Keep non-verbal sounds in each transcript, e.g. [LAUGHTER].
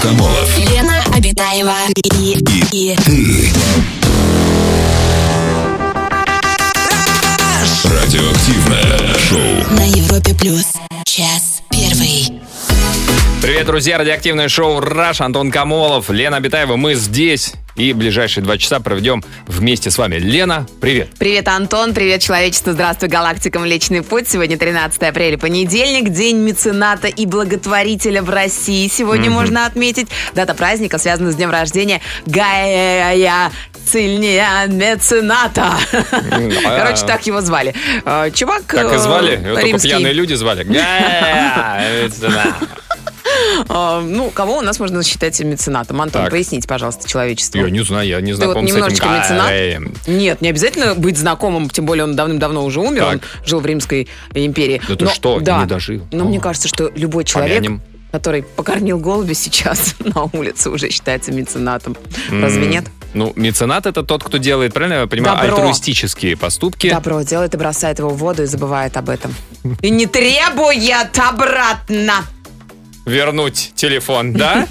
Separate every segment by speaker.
Speaker 1: Комолов
Speaker 2: Лена Обитаева и, и, и
Speaker 1: ты. Радиоактивное шоу.
Speaker 2: на Европе плюс час первый.
Speaker 3: Привет, друзья! Радиоактивное шоу «Раш», Антон Камолов, Лена Абитаева. Мы здесь и ближайшие два часа проведем вместе с вами. Лена, привет!
Speaker 4: Привет, Антон. Привет, человечество. Здравствуй, галактикам. Личный путь. Сегодня 13 апреля, понедельник, день мецената и благотворителя в России. Сегодня можно отметить. Дата праздника связана с днем рождения Гая Цильния Мецената. Короче, так его звали. Э, Чувак
Speaker 3: Так и звали?
Speaker 4: э,
Speaker 3: Его только
Speaker 4: римский.
Speaker 3: пьяные люди
Speaker 4: [LAUGHS]
Speaker 3: звали. Га, это да.
Speaker 4: Э, Ну, кого у нас можно считать меценатом? Антон,
Speaker 3: Так.
Speaker 4: поясните, пожалуйста, человечеству.
Speaker 3: Я не знаю, я не
Speaker 4: Ты вот
Speaker 3: знаком с этим.
Speaker 4: немножечко меценат.
Speaker 3: Гаем.
Speaker 4: Нет, не обязательно быть знакомым, тем более он давным-давно уже умер, он жил в Римской империи.
Speaker 3: Да ты
Speaker 4: Но-
Speaker 3: что,
Speaker 4: да.
Speaker 3: не дожил.
Speaker 4: Но мне кажется, что любой человек,
Speaker 3: Помянем.
Speaker 4: который покормил голубя сейчас [LAUGHS] на улице, уже считается меценатом. Разве нет?
Speaker 3: Ну, меценат это тот, кто делает, правильно я понимаю,
Speaker 4: Добро.
Speaker 3: альтруистические поступки.
Speaker 4: Добро делает и бросает его в воду и забывает об этом. И не требует обратно.
Speaker 3: Вернуть телефон,
Speaker 4: [LAUGHS]
Speaker 3: да?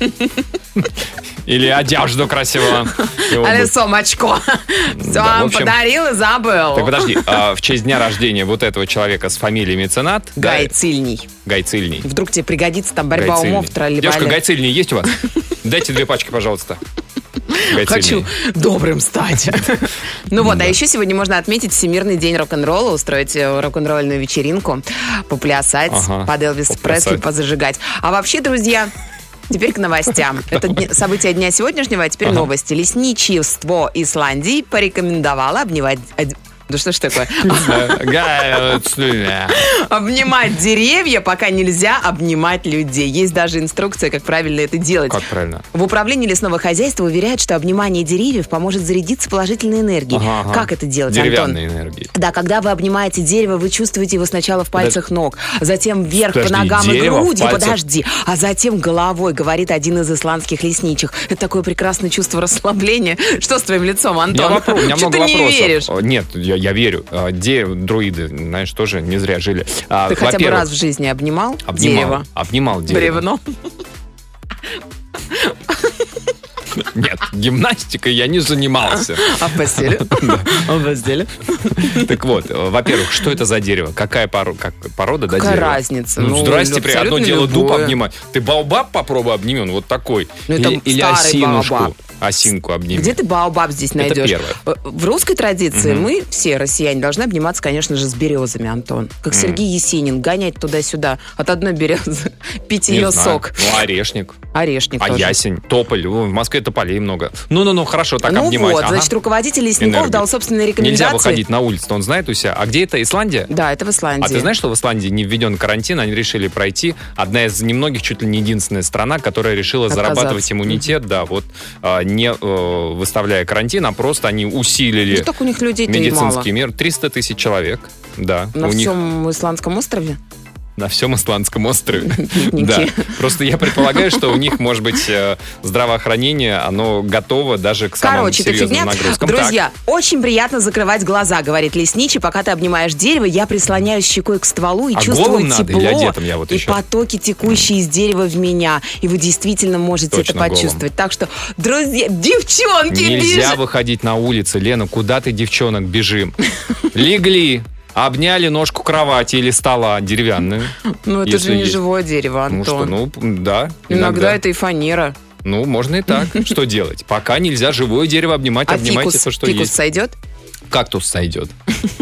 Speaker 3: Или одежду красиво. Его бы-
Speaker 4: Але сумочку. [LAUGHS] Все
Speaker 3: Да, в
Speaker 4: вам
Speaker 3: общем-
Speaker 4: подарил и забыл.
Speaker 3: Так подожди, а в честь дня рождения вот этого человека с фамилией меценат, да,
Speaker 4: Гай Цильний.
Speaker 3: Гай Цильний.
Speaker 4: Вдруг тебе пригодится там борьба
Speaker 3: Гайцельни.
Speaker 4: умов, тролли
Speaker 3: Девушка, гайцельни есть у вас? Дайте две пачки, пожалуйста. Гайцельни.
Speaker 4: Хочу
Speaker 3: [LAUGHS]
Speaker 4: добрым стать. Ну вот, а еще сегодня можно отметить Всемирный день рок-н-ролла, устроить э, рок-н-ролльную вечеринку, поплясать,
Speaker 3: Ага,
Speaker 4: под Элвис
Speaker 3: поплясать.
Speaker 4: Пресли позажигать. А вообще, друзья, Теперь
Speaker 3: [LAUGHS]
Speaker 4: к новостям. Это дни- события дня сегодняшнего, а теперь новости. Лесничество Исландии порекомендовало обнимать... од- Да что ж такое?
Speaker 3: Гай Цильни.
Speaker 4: Обнимать деревья, пока нельзя обнимать людей. Есть даже инструкция, как правильно это делать.
Speaker 3: Как правильно?
Speaker 4: В управлении лесного хозяйства уверяют, что обнимание деревьев поможет зарядиться положительной энергией.
Speaker 3: Ага, ага.
Speaker 4: Как это делать,
Speaker 3: Деревянной
Speaker 4: Антон?
Speaker 3: энергии.
Speaker 4: Да, когда вы обнимаете дерево, вы чувствуете его сначала в пальцах ног, затем вверх
Speaker 3: Подожди,
Speaker 4: по ногам и
Speaker 3: дерево в
Speaker 4: груди,
Speaker 3: пальцах?
Speaker 4: подожди, а затем головой, говорит один из исландских лесничих. Это такое прекрасное чувство расслабления. [LAUGHS] Что с твоим лицом,
Speaker 3: Я
Speaker 4: Антон?
Speaker 3: вопро- у меня
Speaker 4: Что
Speaker 3: много
Speaker 4: ты не
Speaker 3: вопросов.
Speaker 4: веришь?
Speaker 3: О, Нет, я, я верю. А, Где друиды, знаешь, тоже не зря жили. А,
Speaker 4: Ты хотя бы
Speaker 3: во-первых,
Speaker 4: раз в жизни обнимал,
Speaker 3: обнимал,
Speaker 4: дерево?
Speaker 3: Обнимал дерево.
Speaker 4: Бревно.
Speaker 3: Нет, гимнастикой я не занимался.
Speaker 4: А
Speaker 3: [LAUGHS]
Speaker 4: в постели? А [LAUGHS] в постели?
Speaker 3: Так вот, э, во-первых, что это за дерево? Какая поро- как- порода? да,
Speaker 4: Какая
Speaker 3: дерева?
Speaker 4: разница?
Speaker 3: Ну,
Speaker 4: Ну,
Speaker 3: здрасте, при одно
Speaker 4: абсолютно
Speaker 3: дело дуб
Speaker 4: любое.
Speaker 3: обнимать. Ты баобаб попробуй обними, он вот такой.
Speaker 4: Ну, это
Speaker 3: или или
Speaker 4: старый
Speaker 3: осинушку.
Speaker 4: баобаб.
Speaker 3: Осинку обними.
Speaker 4: Где ты баобаб здесь найдешь?
Speaker 3: первое.
Speaker 4: Э, В русской традиции мы, все россияне, должны обниматься, конечно же, с березами, Антон. Как Сергей Есенин, гонять туда-сюда от одной березы, [LAUGHS] пить
Speaker 3: Не
Speaker 4: ее
Speaker 3: знаю.
Speaker 4: сок.
Speaker 3: Ну, орешник,
Speaker 4: Орешник
Speaker 3: а
Speaker 4: [LAUGHS] тоже.
Speaker 3: ясень, тополь. О, В Москве тополей много. Ну-ну-ну, хорошо, так
Speaker 4: ну
Speaker 3: обнимать.
Speaker 4: вот,
Speaker 3: Ага.
Speaker 4: значит, руководитель лесников
Speaker 3: Энергию.
Speaker 4: дал собственные рекомендации.
Speaker 3: Нельзя выходить на улицу, он знает у себя. А где это? Исландия?
Speaker 4: Да, это в Исландии.
Speaker 3: А ты знаешь, что в Исландии не введен карантин, они решили пройти. Одна из немногих, чуть ли не единственная страна, которая решила
Speaker 4: Отказаться.
Speaker 3: зарабатывать иммунитет, да, вот а, не э, выставляя карантин, а просто они
Speaker 4: Ну,
Speaker 3: усилили
Speaker 4: так у них людей-то и мало.
Speaker 3: медицинский мир. 300 тысяч человек, да,
Speaker 4: На
Speaker 3: у них
Speaker 4: всем исландском острове?
Speaker 3: на всем Исландском
Speaker 4: [LAUGHS]
Speaker 3: острове.
Speaker 4: Бедняки.
Speaker 3: Да. Просто я предполагаю, что у них, может быть, э, здравоохранение, оно готово даже к самым
Speaker 4: Короче, это
Speaker 3: серьезным
Speaker 4: фигня.
Speaker 3: нагрузкам. Так.
Speaker 4: Друзья, очень приятно закрывать глаза, говорит лесничий. Пока ты обнимаешь дерево, я прислоняюсь щекой к стволу и
Speaker 3: А
Speaker 4: чувствую
Speaker 3: голым надо
Speaker 4: тепло.
Speaker 3: или одетым я вот
Speaker 4: и
Speaker 3: еще?
Speaker 4: потоки, текущие из дерева в меня. И вы действительно можете
Speaker 3: Точно
Speaker 4: это почувствовать. Так что, друзья, девчонки,
Speaker 3: Нельзя
Speaker 4: бежим!
Speaker 3: выходить на улицы, Лена, куда ты, девчонок, бежим? Легли, обняли ножку кровати или стола деревянную.
Speaker 4: Ну, это
Speaker 3: если
Speaker 4: же не
Speaker 3: есть.
Speaker 4: живое дерево, Антон.
Speaker 3: Ну что, ну п- да.
Speaker 4: иногда. это и фанера.
Speaker 3: Ну, можно и
Speaker 4: [LAUGHS]
Speaker 3: так. Что делать? Пока нельзя живое дерево обнимать,
Speaker 4: А
Speaker 3: обнимайте
Speaker 4: фикус,
Speaker 3: то, что
Speaker 4: фикус
Speaker 3: есть.
Speaker 4: сойдет?
Speaker 3: Кактус сойдет.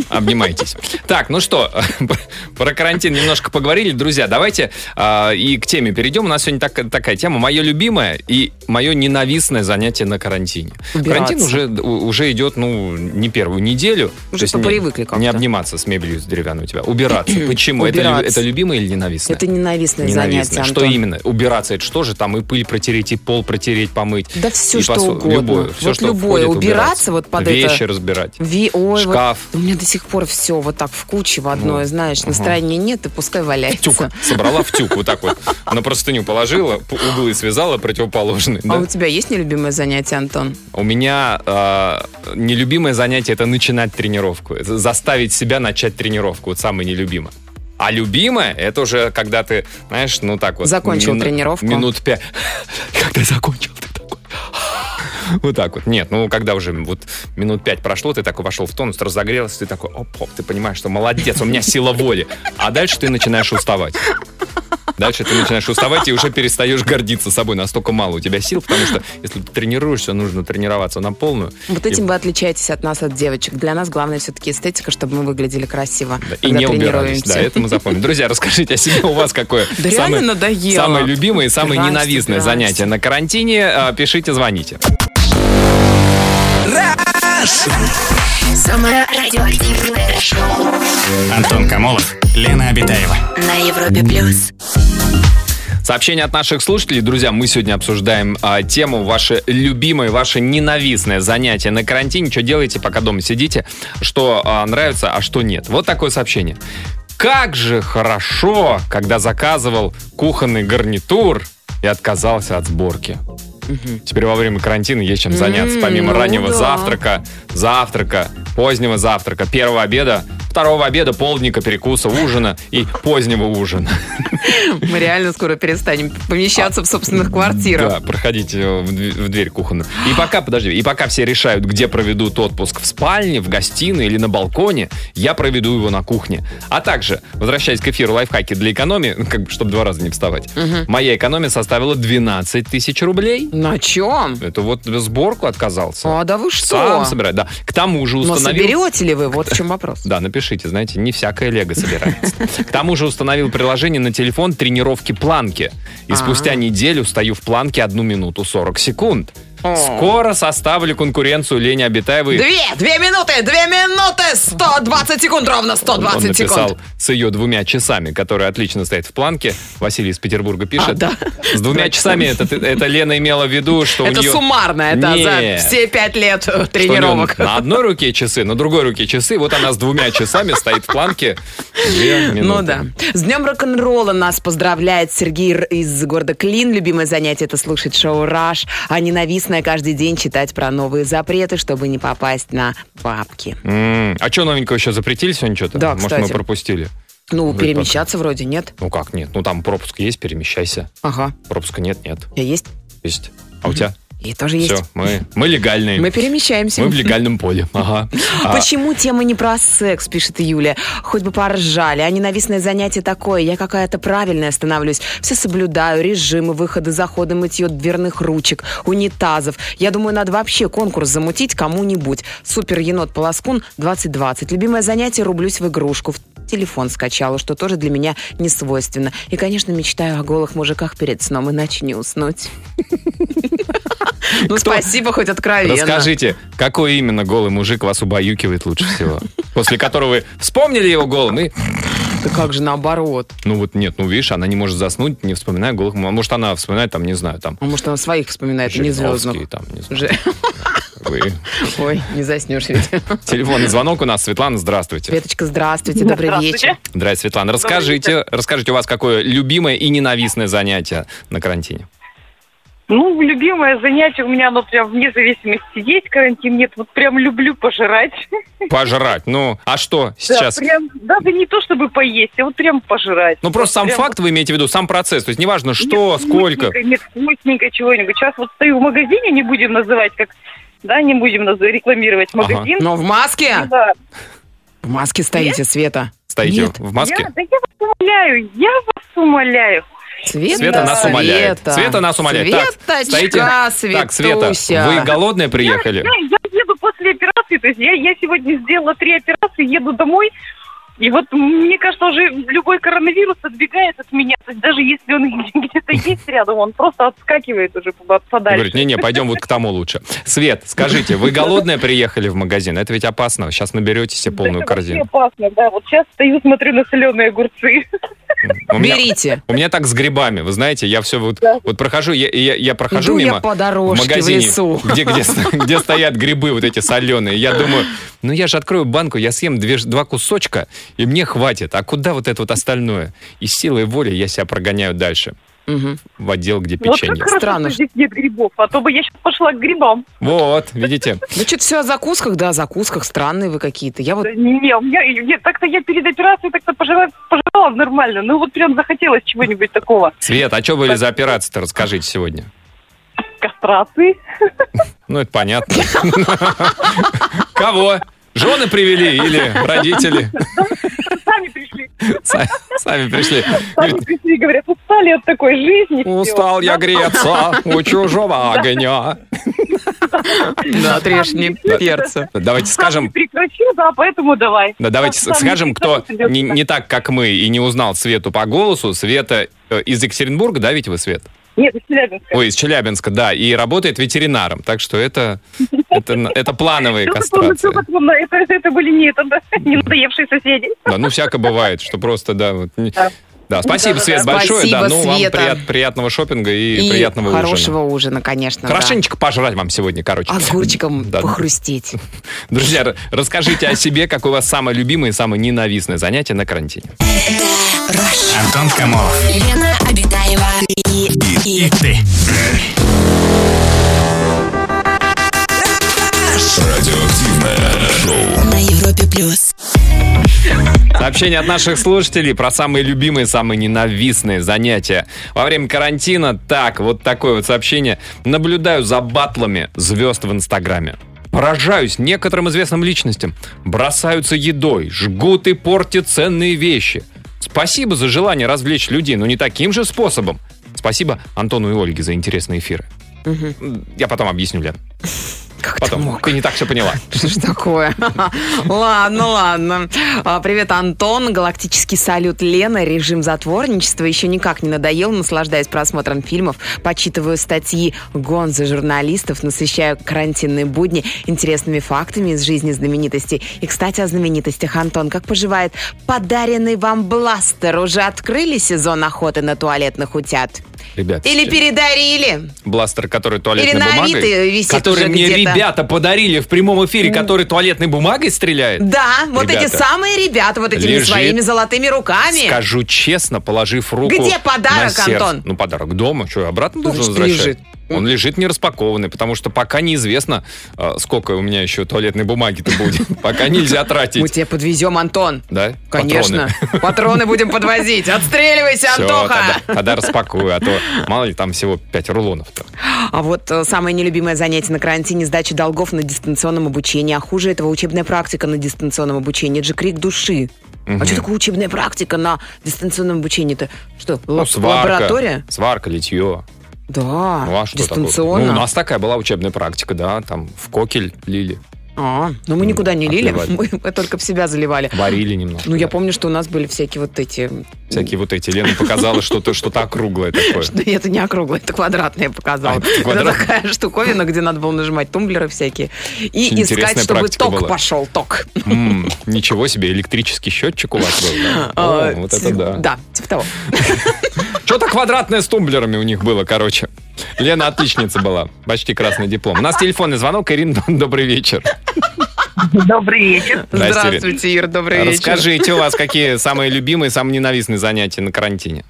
Speaker 3: Обнимайтесь. Так, ну что, [LAUGHS] про карантин немножко поговорили. Друзья, давайте а, и к теме перейдем. У нас сегодня так- такая тема. Мое любимое и мое ненавистное занятие на карантине.
Speaker 4: Убираться.
Speaker 3: Карантин уже, у- уже идет, ну, не первую неделю.
Speaker 4: Уже
Speaker 3: То есть
Speaker 4: попривыкли
Speaker 3: не,
Speaker 4: как-то.
Speaker 3: не обниматься с мебелью с деревянной у тебя. Убираться.
Speaker 4: [CLEARS THROAT]
Speaker 3: Почему? Это, лю-
Speaker 4: Убираться.
Speaker 3: это любимое или ненавистное?
Speaker 4: Это ненавистное занятие,
Speaker 3: Ненавистное.
Speaker 4: Антон.
Speaker 3: Что именно? Убираться это что же? Там и пыль протереть, и пол протереть, помыть.
Speaker 4: Да все,
Speaker 3: и
Speaker 4: что
Speaker 3: посуду.
Speaker 4: угодно.
Speaker 3: Любое. Все,
Speaker 4: вот
Speaker 3: что
Speaker 4: любое.
Speaker 3: входит,
Speaker 4: убираться вот под это...
Speaker 3: Вещи разбирать.
Speaker 4: Ви- ой, вот-
Speaker 3: Шкаф.
Speaker 4: у меня до сих пор все вот так в куче в одной, знаешь, настроения нет, и пускай валяется.
Speaker 3: тюк. Собрала в тюк, вот так вот. На простыню положила, п- углы связала противоположные.
Speaker 4: А
Speaker 3: да.
Speaker 4: у тебя есть нелюбимое занятие, Антон?
Speaker 3: У меня а, нелюбимое занятие – это начинать тренировку. Это заставить себя начать тренировку. Вот самое нелюбимое. А любимое, это уже когда ты, знаешь, ну так вот...
Speaker 4: Закончил
Speaker 3: мину-
Speaker 4: тренировку.
Speaker 3: Минут пять. [LAUGHS] Когда закончил, ты такой... Вот так вот. Нет, ну когда уже вот минут пять прошло, ты такой вошел в тонус, разогрелся, ты такой, оп-оп, ты понимаешь, что молодец, у меня сила воли. А дальше ты начинаешь уставать. Дальше ты начинаешь уставать и уже перестаешь гордиться собой. Настолько мало у тебя сил, потому что если ты тренируешься, нужно тренироваться на полную.
Speaker 4: Вот
Speaker 3: И-
Speaker 4: этим вы отличаетесь от нас, от девочек. Для нас главное все-таки эстетика, чтобы мы выглядели красиво.
Speaker 3: Да, и
Speaker 4: когда
Speaker 3: не убирались.
Speaker 4: тренируемся.
Speaker 3: Да, это мы запомним. Друзья, расскажите о себе у вас какое
Speaker 4: Да
Speaker 3: самое,
Speaker 4: реально надоело.
Speaker 3: самое любимое и самое
Speaker 4: Здрасте,
Speaker 3: ненавистное
Speaker 4: здрасте.
Speaker 3: занятие на карантине. А, Пишите, звоните.
Speaker 2: Самое радиоактивное шоу
Speaker 5: Антон Камолов, Лена Обитаева.
Speaker 2: на Европе плюс.
Speaker 3: Сообщение от наших слушателей. Друзья, мы сегодня обсуждаем а, тему ваше любимое, ваше ненавистное занятие на карантине. Что делаете, пока дома сидите? Что а, нравится, а что нет? Вот такое сообщение. Как же хорошо, когда заказывал кухонный гарнитур и отказался от сборки. Теперь во время карантина есть чем заняться.
Speaker 4: М,
Speaker 3: Помимо
Speaker 4: ну
Speaker 3: раннего
Speaker 4: да.
Speaker 3: завтрака, завтрака, позднего завтрака, первого обеда, второго обеда, полдника, перекуса, ужина и позднего ужина.
Speaker 4: [LAUGHS] Мы реально скоро перестанем помещаться в собственных квартирах.
Speaker 3: Да, проходите э, в дв- в дверь кухонную. И пока, подожди, и пока все решают, где проведут отпуск, в спальне, в гостиной или на балконе, я проведу его на кухне. А также, возвращаясь к эфиру лайфхаки для экономии, [LAUGHS] ну, как бы, чтобы два раза не вставать, моя экономия составила 12 тысяч рублей.
Speaker 4: На чем?
Speaker 3: Это вот сборку отказался.
Speaker 4: А, да
Speaker 3: Сам
Speaker 4: вы что? Ну,
Speaker 3: собирать, да. К тому же
Speaker 4: Но
Speaker 3: установил...
Speaker 4: соберете ли вы? Вот в чем вопрос.
Speaker 3: Да, напишите, знаете, не всякое лего собирается. К тому же установил приложение на телефон тренировки планки. И
Speaker 4: А.
Speaker 3: спустя неделю стою в планке 1 минуту 40 секунд.
Speaker 4: О.
Speaker 3: Скоро составлю конкуренцию Лени Обитаевой.
Speaker 4: Две, две минуты, две минуты, 120 секунд, ровно
Speaker 3: Он
Speaker 4: 120
Speaker 3: написал
Speaker 4: секунд.
Speaker 3: с ее двумя часами, которые отлично стоят в планке. Василий из Петербурга пишет.
Speaker 4: А, да.
Speaker 3: С двумя часами это, ты- это Лена имела в виду, что у
Speaker 4: Это
Speaker 3: нее...
Speaker 4: суммарно, это
Speaker 3: Не.
Speaker 4: за все пять лет э,
Speaker 3: что у неё
Speaker 4: тренировок.
Speaker 3: На одной руке часы, на другой руке часы. Вот она с двумя часами стоит в планке. Две
Speaker 4: Ну
Speaker 3: минуты.
Speaker 4: да. С днем рок-н-ролла нас поздравляет Сергей Р- из города Клин. Любимое занятие это слушать шоу «Раш», а ненавистное каждый день читать про новые запреты, чтобы не попасть на папки.
Speaker 3: М, А что новенького еще запретили сегодня что-то?
Speaker 4: Да,
Speaker 3: Может, мы
Speaker 4: кстати.
Speaker 3: пропустили?
Speaker 4: Ну,
Speaker 3: Вот
Speaker 4: перемещаться вроде нет.
Speaker 3: Ну как нет? Ну там пропуск есть, перемещайся.
Speaker 4: Ага,
Speaker 3: Пропуска нет, нет.
Speaker 4: я есть.
Speaker 3: Есть. А у тебя?
Speaker 4: И тоже есть.
Speaker 3: Все, мы, мы легальные.
Speaker 4: Мы перемещаемся.
Speaker 3: Мы в легальном поле.
Speaker 4: [LAUGHS]
Speaker 3: Ага. А,
Speaker 4: Почему тема не про секс, пишет Юля. Хоть бы поржали, а ненавистное занятие такое. Я какая-то правильная становлюсь. Все соблюдаю, режимы, выходы, заходы, мытье дверных ручек, унитазов. Я думаю, надо вообще конкурс замутить кому-нибудь. Супер енот Полоскун 2020. Любимое занятие рублюсь в игрушку. В телефон скачала, что тоже для меня не свойственно. И, конечно, мечтаю о голых мужиках перед сном, иначе не уснуть. Ну, спасибо, хоть откровенно.
Speaker 3: Расскажите, какой именно голый мужик вас убаюкивает лучше всего? После которого вы вспомнили его голым и...
Speaker 4: Да как же наоборот?
Speaker 3: Ну вот нет, ну видишь, она не может заснуть, не вспоминая голых... м- Может, она вспоминает там, не знаю, там...
Speaker 4: А может, она своих вспоминает, а не
Speaker 3: Жириновский,
Speaker 4: звездных.
Speaker 3: там, не знаю.
Speaker 4: Же-
Speaker 3: Вы-
Speaker 4: Ой, не заснешь ведь.
Speaker 3: Телефонный звонок у нас. Светлана, здравствуйте.
Speaker 4: Светочка, здравствуйте, добрый вечер.
Speaker 3: Здравствуйте, Светлана. Расскажите, расскажите, у вас какое любимое и ненавистное занятие на карантине?
Speaker 6: Ну, любимое занятие у меня, оно прям вне зависимости, есть карантин, нет, вот прям люблю пожрать.
Speaker 3: Пожрать. Ну, а что [LAUGHS] сейчас?
Speaker 6: Да, прям, даже не то, чтобы поесть, а вот прям пожрать.
Speaker 3: Ну, просто сам
Speaker 6: Прям
Speaker 3: факт вы имеете в виду, сам процесс. То есть неважно, что,
Speaker 6: Нет,
Speaker 3: сколько.
Speaker 6: вкусненько, Нет, вкусненько чего-нибудь. Сейчас вот стою в магазине, не будем называть, как... Да, не будем наз- рекламировать
Speaker 3: Ага. Ну,
Speaker 6: магазин.
Speaker 4: Но в маске?
Speaker 6: Да.
Speaker 4: В маске стоите, Света.
Speaker 3: Стоите
Speaker 4: Нет,
Speaker 3: в маске?
Speaker 6: Я, да я вас умоляю, я вас умоляю.
Speaker 4: Света,
Speaker 3: Света нас умоляет.
Speaker 4: Света.
Speaker 3: Света нас умоляет. Так,
Speaker 4: Светочка,
Speaker 3: стоите. Так, Света,
Speaker 4: Светуся.
Speaker 3: вы голодные
Speaker 6: Я-
Speaker 3: приехали?
Speaker 6: Я, я еду после операции, то есть я, я сегодня сделала три операции, еду домой, и вот мне кажется, уже любой коронавирус отбегает от меня, то есть даже если он [LAUGHS] где-то есть рядом, он просто отскакивает уже по- подальше.
Speaker 3: Говорит, не-не, пойдем вот к тому лучше. Свет, скажите, вы голодные приехали в магазин? Это ведь опасно. Сейчас наберете себе полную
Speaker 6: Это вообще
Speaker 3: корзину.
Speaker 6: опасно, да. Вот сейчас стою, смотрю на соленые огурцы. [LAUGHS]
Speaker 3: У меня-
Speaker 4: Берите.
Speaker 3: У меня так с грибами, вы знаете, я все вот, вот прохожу, я, я, я прохожу
Speaker 4: Иду
Speaker 3: мимо
Speaker 4: я по
Speaker 3: в
Speaker 4: дорожке в
Speaker 3: магазине,
Speaker 4: лесу.
Speaker 3: Где, где, с- где стоят грибы вот эти соленые. Я думаю, ну я же открою банку, я съем две ж- два кусочка, и мне хватит. А куда вот это вот остальное? И силой воли я себя прогоняю дальше.
Speaker 4: Мгм.
Speaker 3: в отдел, где
Speaker 6: Вот как
Speaker 3: печенье.
Speaker 6: хорошо,
Speaker 4: Странно,
Speaker 6: что здесь нет грибов, а то бы я сейчас пошла к грибам.
Speaker 3: Вот,
Speaker 6: [LAUGHS]
Speaker 3: видите.
Speaker 4: Ну, что-то все о закусках, да, о закусках. Странные вы какие-то. Я вот...
Speaker 6: Да Не, у меня я- так-то я перед операцией так-то пожила, пожелала нормально. Ну вот прям захотелось чего-нибудь такого.
Speaker 3: Свет, а что были за операции-то, расскажите сегодня?
Speaker 6: Кастрации. [LAUGHS]
Speaker 3: Ну, это понятно. Кого? Жены привели или родители?
Speaker 6: Сами пришли.
Speaker 3: Са- Сами пришли.
Speaker 6: Сами
Speaker 3: Говорит,
Speaker 6: пришли, говорят, устали от такой жизни. Всё.
Speaker 3: Устал я
Speaker 6: Нас
Speaker 3: греться у чужого огня.
Speaker 4: Да, трешни перца.
Speaker 3: Давайте
Speaker 6: сам
Speaker 3: скажем,
Speaker 6: не Прекращу, да, поэтому давай.
Speaker 3: Да, давайте
Speaker 6: Сам-
Speaker 3: с-
Speaker 6: сам
Speaker 3: скажем,
Speaker 6: не
Speaker 3: кто
Speaker 6: придёт,
Speaker 3: не,
Speaker 6: да.
Speaker 3: не так, как мы, и не узнал Свету по голосу. Света э, из Екатеринбурга, да, ведь вы, Свет?
Speaker 6: Нет, из Челябинска.
Speaker 3: Ой, из Челябинска, да, и работает ветеринаром. Так что это, это, на- это плановые
Speaker 6: Что-то помню,
Speaker 3: кастрации.
Speaker 6: что-то помню. Это, это были не, это, да, [LAUGHS] не надоевшие соседи.
Speaker 3: Да, ну всяко бывает, что просто, да. вот не-
Speaker 6: Да.
Speaker 3: Да, спасибо,
Speaker 6: Да-да-да.
Speaker 3: Свет, большое. Да,
Speaker 4: Спасибо,
Speaker 3: ну вам
Speaker 4: Света.
Speaker 3: прият- приятного шопинга и,
Speaker 4: И
Speaker 3: приятного ужина.
Speaker 4: хорошего ужина, конечно. да.
Speaker 3: Хорошенечко пожрать вам сегодня, короче.
Speaker 4: Огурчиком
Speaker 3: Да.
Speaker 4: похрустеть.
Speaker 3: Друзья, р- расскажите о себе, как у вас самое любимое и самое ненавистное занятие на карантине.
Speaker 5: Антон Камолов.
Speaker 2: Лена Обитаева и, и,
Speaker 5: И ты.
Speaker 1: Радиоактивное шоу.
Speaker 2: на Европе плюс.
Speaker 3: Сообщение от наших слушателей про самые любимые, самые ненавистные занятия. Во время карантина, так, вот такое вот сообщение. Наблюдаю за батлами звезд в Инстаграме. Поражаюсь некоторым известным личностям. Бросаются едой, жгут и портят ценные вещи. Спасибо за желание развлечь людей, но не таким же способом. Спасибо Антону и Ольге за интересные эфиры. Я потом объясню, Лен.
Speaker 4: Как ты
Speaker 3: Потом.
Speaker 4: мог?
Speaker 3: Ты не так все поняла.
Speaker 4: Что ж такое? [LAUGHS] Ладно, ладно. А, Привет, Антон. Галактический салют Лена. Режим затворничества еще никак не надоел. Наслаждаюсь просмотром фильмов, почитываю статьи гонзы журналистов, насыщаю карантинные будни интересными фактами из жизни знаменитостей. И, кстати, о знаменитостях. Антон, как поживает подаренный вам бластер? Уже открыли сезон охоты на туалетных утят?
Speaker 3: Ребят,
Speaker 4: Или передарили?
Speaker 3: бластер, который туалетной
Speaker 4: Или на
Speaker 3: бумагой,
Speaker 4: Авито висит
Speaker 3: который
Speaker 4: уже
Speaker 3: мне
Speaker 4: где-то.
Speaker 3: ребята подарили в прямом эфире, который туалетной бумагой стреляет.
Speaker 4: Да, вот
Speaker 3: Ребята,
Speaker 4: эти самые ребята, вот этими
Speaker 3: лежит.
Speaker 4: своими золотыми руками.
Speaker 3: Скажу честно, положив руку
Speaker 4: Где подарок,
Speaker 3: на сердце.
Speaker 4: Антон?
Speaker 3: Ну, подарок дома. Что, я обратно должен
Speaker 4: Значит,
Speaker 3: возвращать?
Speaker 4: лежит.
Speaker 3: Он лежит не распакованный, потому что пока неизвестно, э, сколько у меня еще туалетной бумаги-то
Speaker 4: [LAUGHS]
Speaker 3: будет. Пока нельзя
Speaker 4: Мы
Speaker 3: тратить.
Speaker 4: тебя подвезем, Антон.
Speaker 3: Да?
Speaker 4: Конечно.
Speaker 3: Патроны.
Speaker 4: Патроны,
Speaker 3: [LAUGHS]
Speaker 4: будем подвозить. Отстреливайся,
Speaker 3: Всё,
Speaker 4: Антоха.
Speaker 3: тогда, тогда распакую, а то мало ли там всего 5 рулонов-то.
Speaker 4: А вот э, самое нелюбимое занятие на карантине – сдача долгов на дистанционном обучении. А хуже этого учебная практика на дистанционном обучении. Это же крик души. А что такое учебная практика на дистанционном обучении-то? Что,
Speaker 3: Ну,
Speaker 4: лаб-
Speaker 3: сварка.
Speaker 4: Сварка.
Speaker 3: Сварка, литье.
Speaker 4: Да,
Speaker 3: Ну, а что такое?
Speaker 4: дистанционно.
Speaker 3: Ну, у нас такая была учебная практика, да, там в кокель лили,
Speaker 4: А, но мы никуда не лили,
Speaker 3: Отливали.
Speaker 4: [LAUGHS] мы мы только в себя заливали.
Speaker 3: варили немножко.
Speaker 4: Ну, я
Speaker 3: да.
Speaker 4: помню, что у нас были всякие вот эти...
Speaker 3: Всякие вот эти. Лена показала что-то что-то округлое такое.
Speaker 4: Да это не округлое, это квадратное я показала.
Speaker 3: А, это
Speaker 4: это
Speaker 3: квадрат-
Speaker 4: такая штуковина, где надо было нажимать тумблеры всякие. И
Speaker 3: Очень
Speaker 4: искать,
Speaker 3: интересная
Speaker 4: чтобы
Speaker 3: практика
Speaker 4: ток
Speaker 3: была.
Speaker 4: пошел, ток.
Speaker 3: М, Ничего себе, электрический счетчик у вас был. да?
Speaker 4: А,
Speaker 3: О, Вот это
Speaker 4: ти-
Speaker 3: да.
Speaker 4: Да, типа того.
Speaker 3: Что-то квадратное с тумблерами у них было, короче. Лена отличница была. Почти красный диплом. У нас телефонный звонок. Ирина, [LAUGHS] добрый вечер.
Speaker 6: Добрый вечер.
Speaker 3: Здрасте,
Speaker 4: Здравствуйте, Ир, добрый вечер.
Speaker 3: Расскажите у вас, какие самые любимые, самые ненавистные занятия на карантине?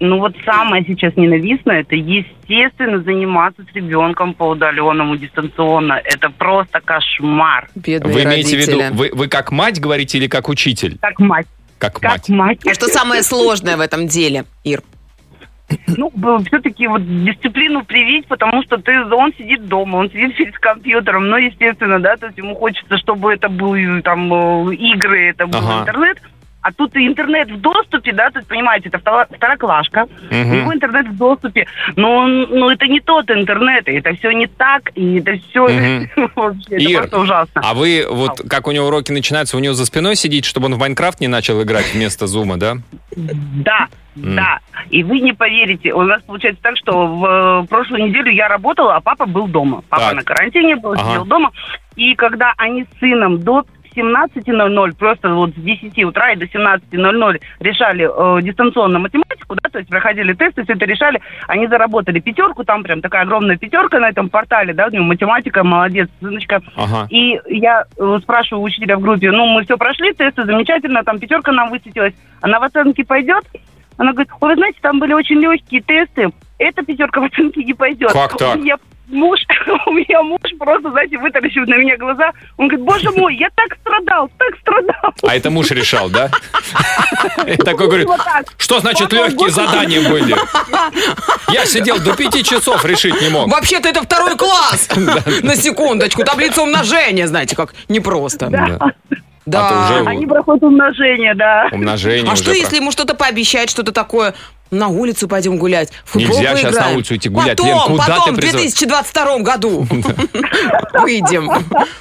Speaker 6: Ну вот самое сейчас ненавистное, это естественно заниматься с ребенком по удаленному, дистанционно. Это просто кошмар.
Speaker 4: Бедные
Speaker 3: Вы имеете в виду,
Speaker 4: родители.
Speaker 3: вы, вы как мать говорите или как учитель?
Speaker 6: Как мать.
Speaker 3: Как мать.
Speaker 6: Как мать.
Speaker 4: А что самое сложное в этом деле, Ир?
Speaker 6: Ну, б- все-таки вот дисциплину привить, потому что ты, он сидит дома, он сидит перед компьютером. Ну, естественно, да, то есть ему хочется, чтобы это были там э, игры, это был
Speaker 3: Ага.
Speaker 6: интернет. А тут и интернет в доступе, да, тут, понимаете, это втора- второклашка,
Speaker 3: Мгм.
Speaker 6: у него интернет в доступе, но он, ну, это не тот интернет, и это все не так, и это все
Speaker 3: Мгм.
Speaker 6: [LAUGHS] вообще, это
Speaker 3: Ир,
Speaker 6: просто ужасно.
Speaker 3: А
Speaker 4: [LAUGHS]
Speaker 3: вы, вот как у него уроки начинаются, у него за спиной сидите, чтобы он в Майнкрафт не начал играть вместо Зума, да?
Speaker 6: Да,
Speaker 3: М.
Speaker 6: да. И вы не поверите, у нас получается так, что в э, прошлую неделю я работала, а папа был дома. Папа
Speaker 3: Так.
Speaker 6: на карантине был,
Speaker 3: Ага.
Speaker 6: сидел дома. И когда они с сыном до 17.00, просто вот с 10 утра и до 17.00 решали э, дистанционно математику, да, то есть проходили тесты, все это решали, они заработали пятерку, там прям такая огромная пятерка на этом портале, да, у него математика, молодец, сыночка.
Speaker 3: Ага.
Speaker 6: И я э, спрашиваю учителя в группе, ну, мы все прошли, тесты замечательно, там пятерка нам высветилась, она в оценке пойдет? Она говорит, вы знаете, там были очень легкие тесты. Эта пятерка в оценке не пойдет.
Speaker 3: Как так?
Speaker 6: У меня муж, [LAUGHS] у меня муж просто, знаете, вытаращил на меня глаза. Он говорит, боже мой, я так страдал, так страдал.
Speaker 3: А это муж решал, да? [LAUGHS] И такой говорит,
Speaker 6: Вот так.
Speaker 3: что значит
Speaker 6: Потом
Speaker 3: легкие
Speaker 6: год-
Speaker 3: задания были? Я сидел до пяти часов, решить не мог.
Speaker 4: Вообще-то это
Speaker 3: [LAUGHS]
Speaker 4: второй класс! На секундочку. Таблица умножения, знаете, как непросто.
Speaker 3: Да. А
Speaker 4: Да.
Speaker 3: то
Speaker 6: Они
Speaker 3: уже
Speaker 6: проходят умножение, да.
Speaker 3: умножение.
Speaker 4: А
Speaker 3: уже
Speaker 4: что,
Speaker 3: про-
Speaker 4: если ему что-то пообещать, что-то такое? На улицу пойдем гулять, в футбол
Speaker 3: Нельзя
Speaker 4: поиграем.
Speaker 3: сейчас на улицу идти гулять.
Speaker 4: Потом,
Speaker 3: Лен, куда ты
Speaker 4: потом, в
Speaker 3: призыв-
Speaker 4: 2022 году
Speaker 3: [LAUGHS]
Speaker 4: [LAUGHS] выйдем.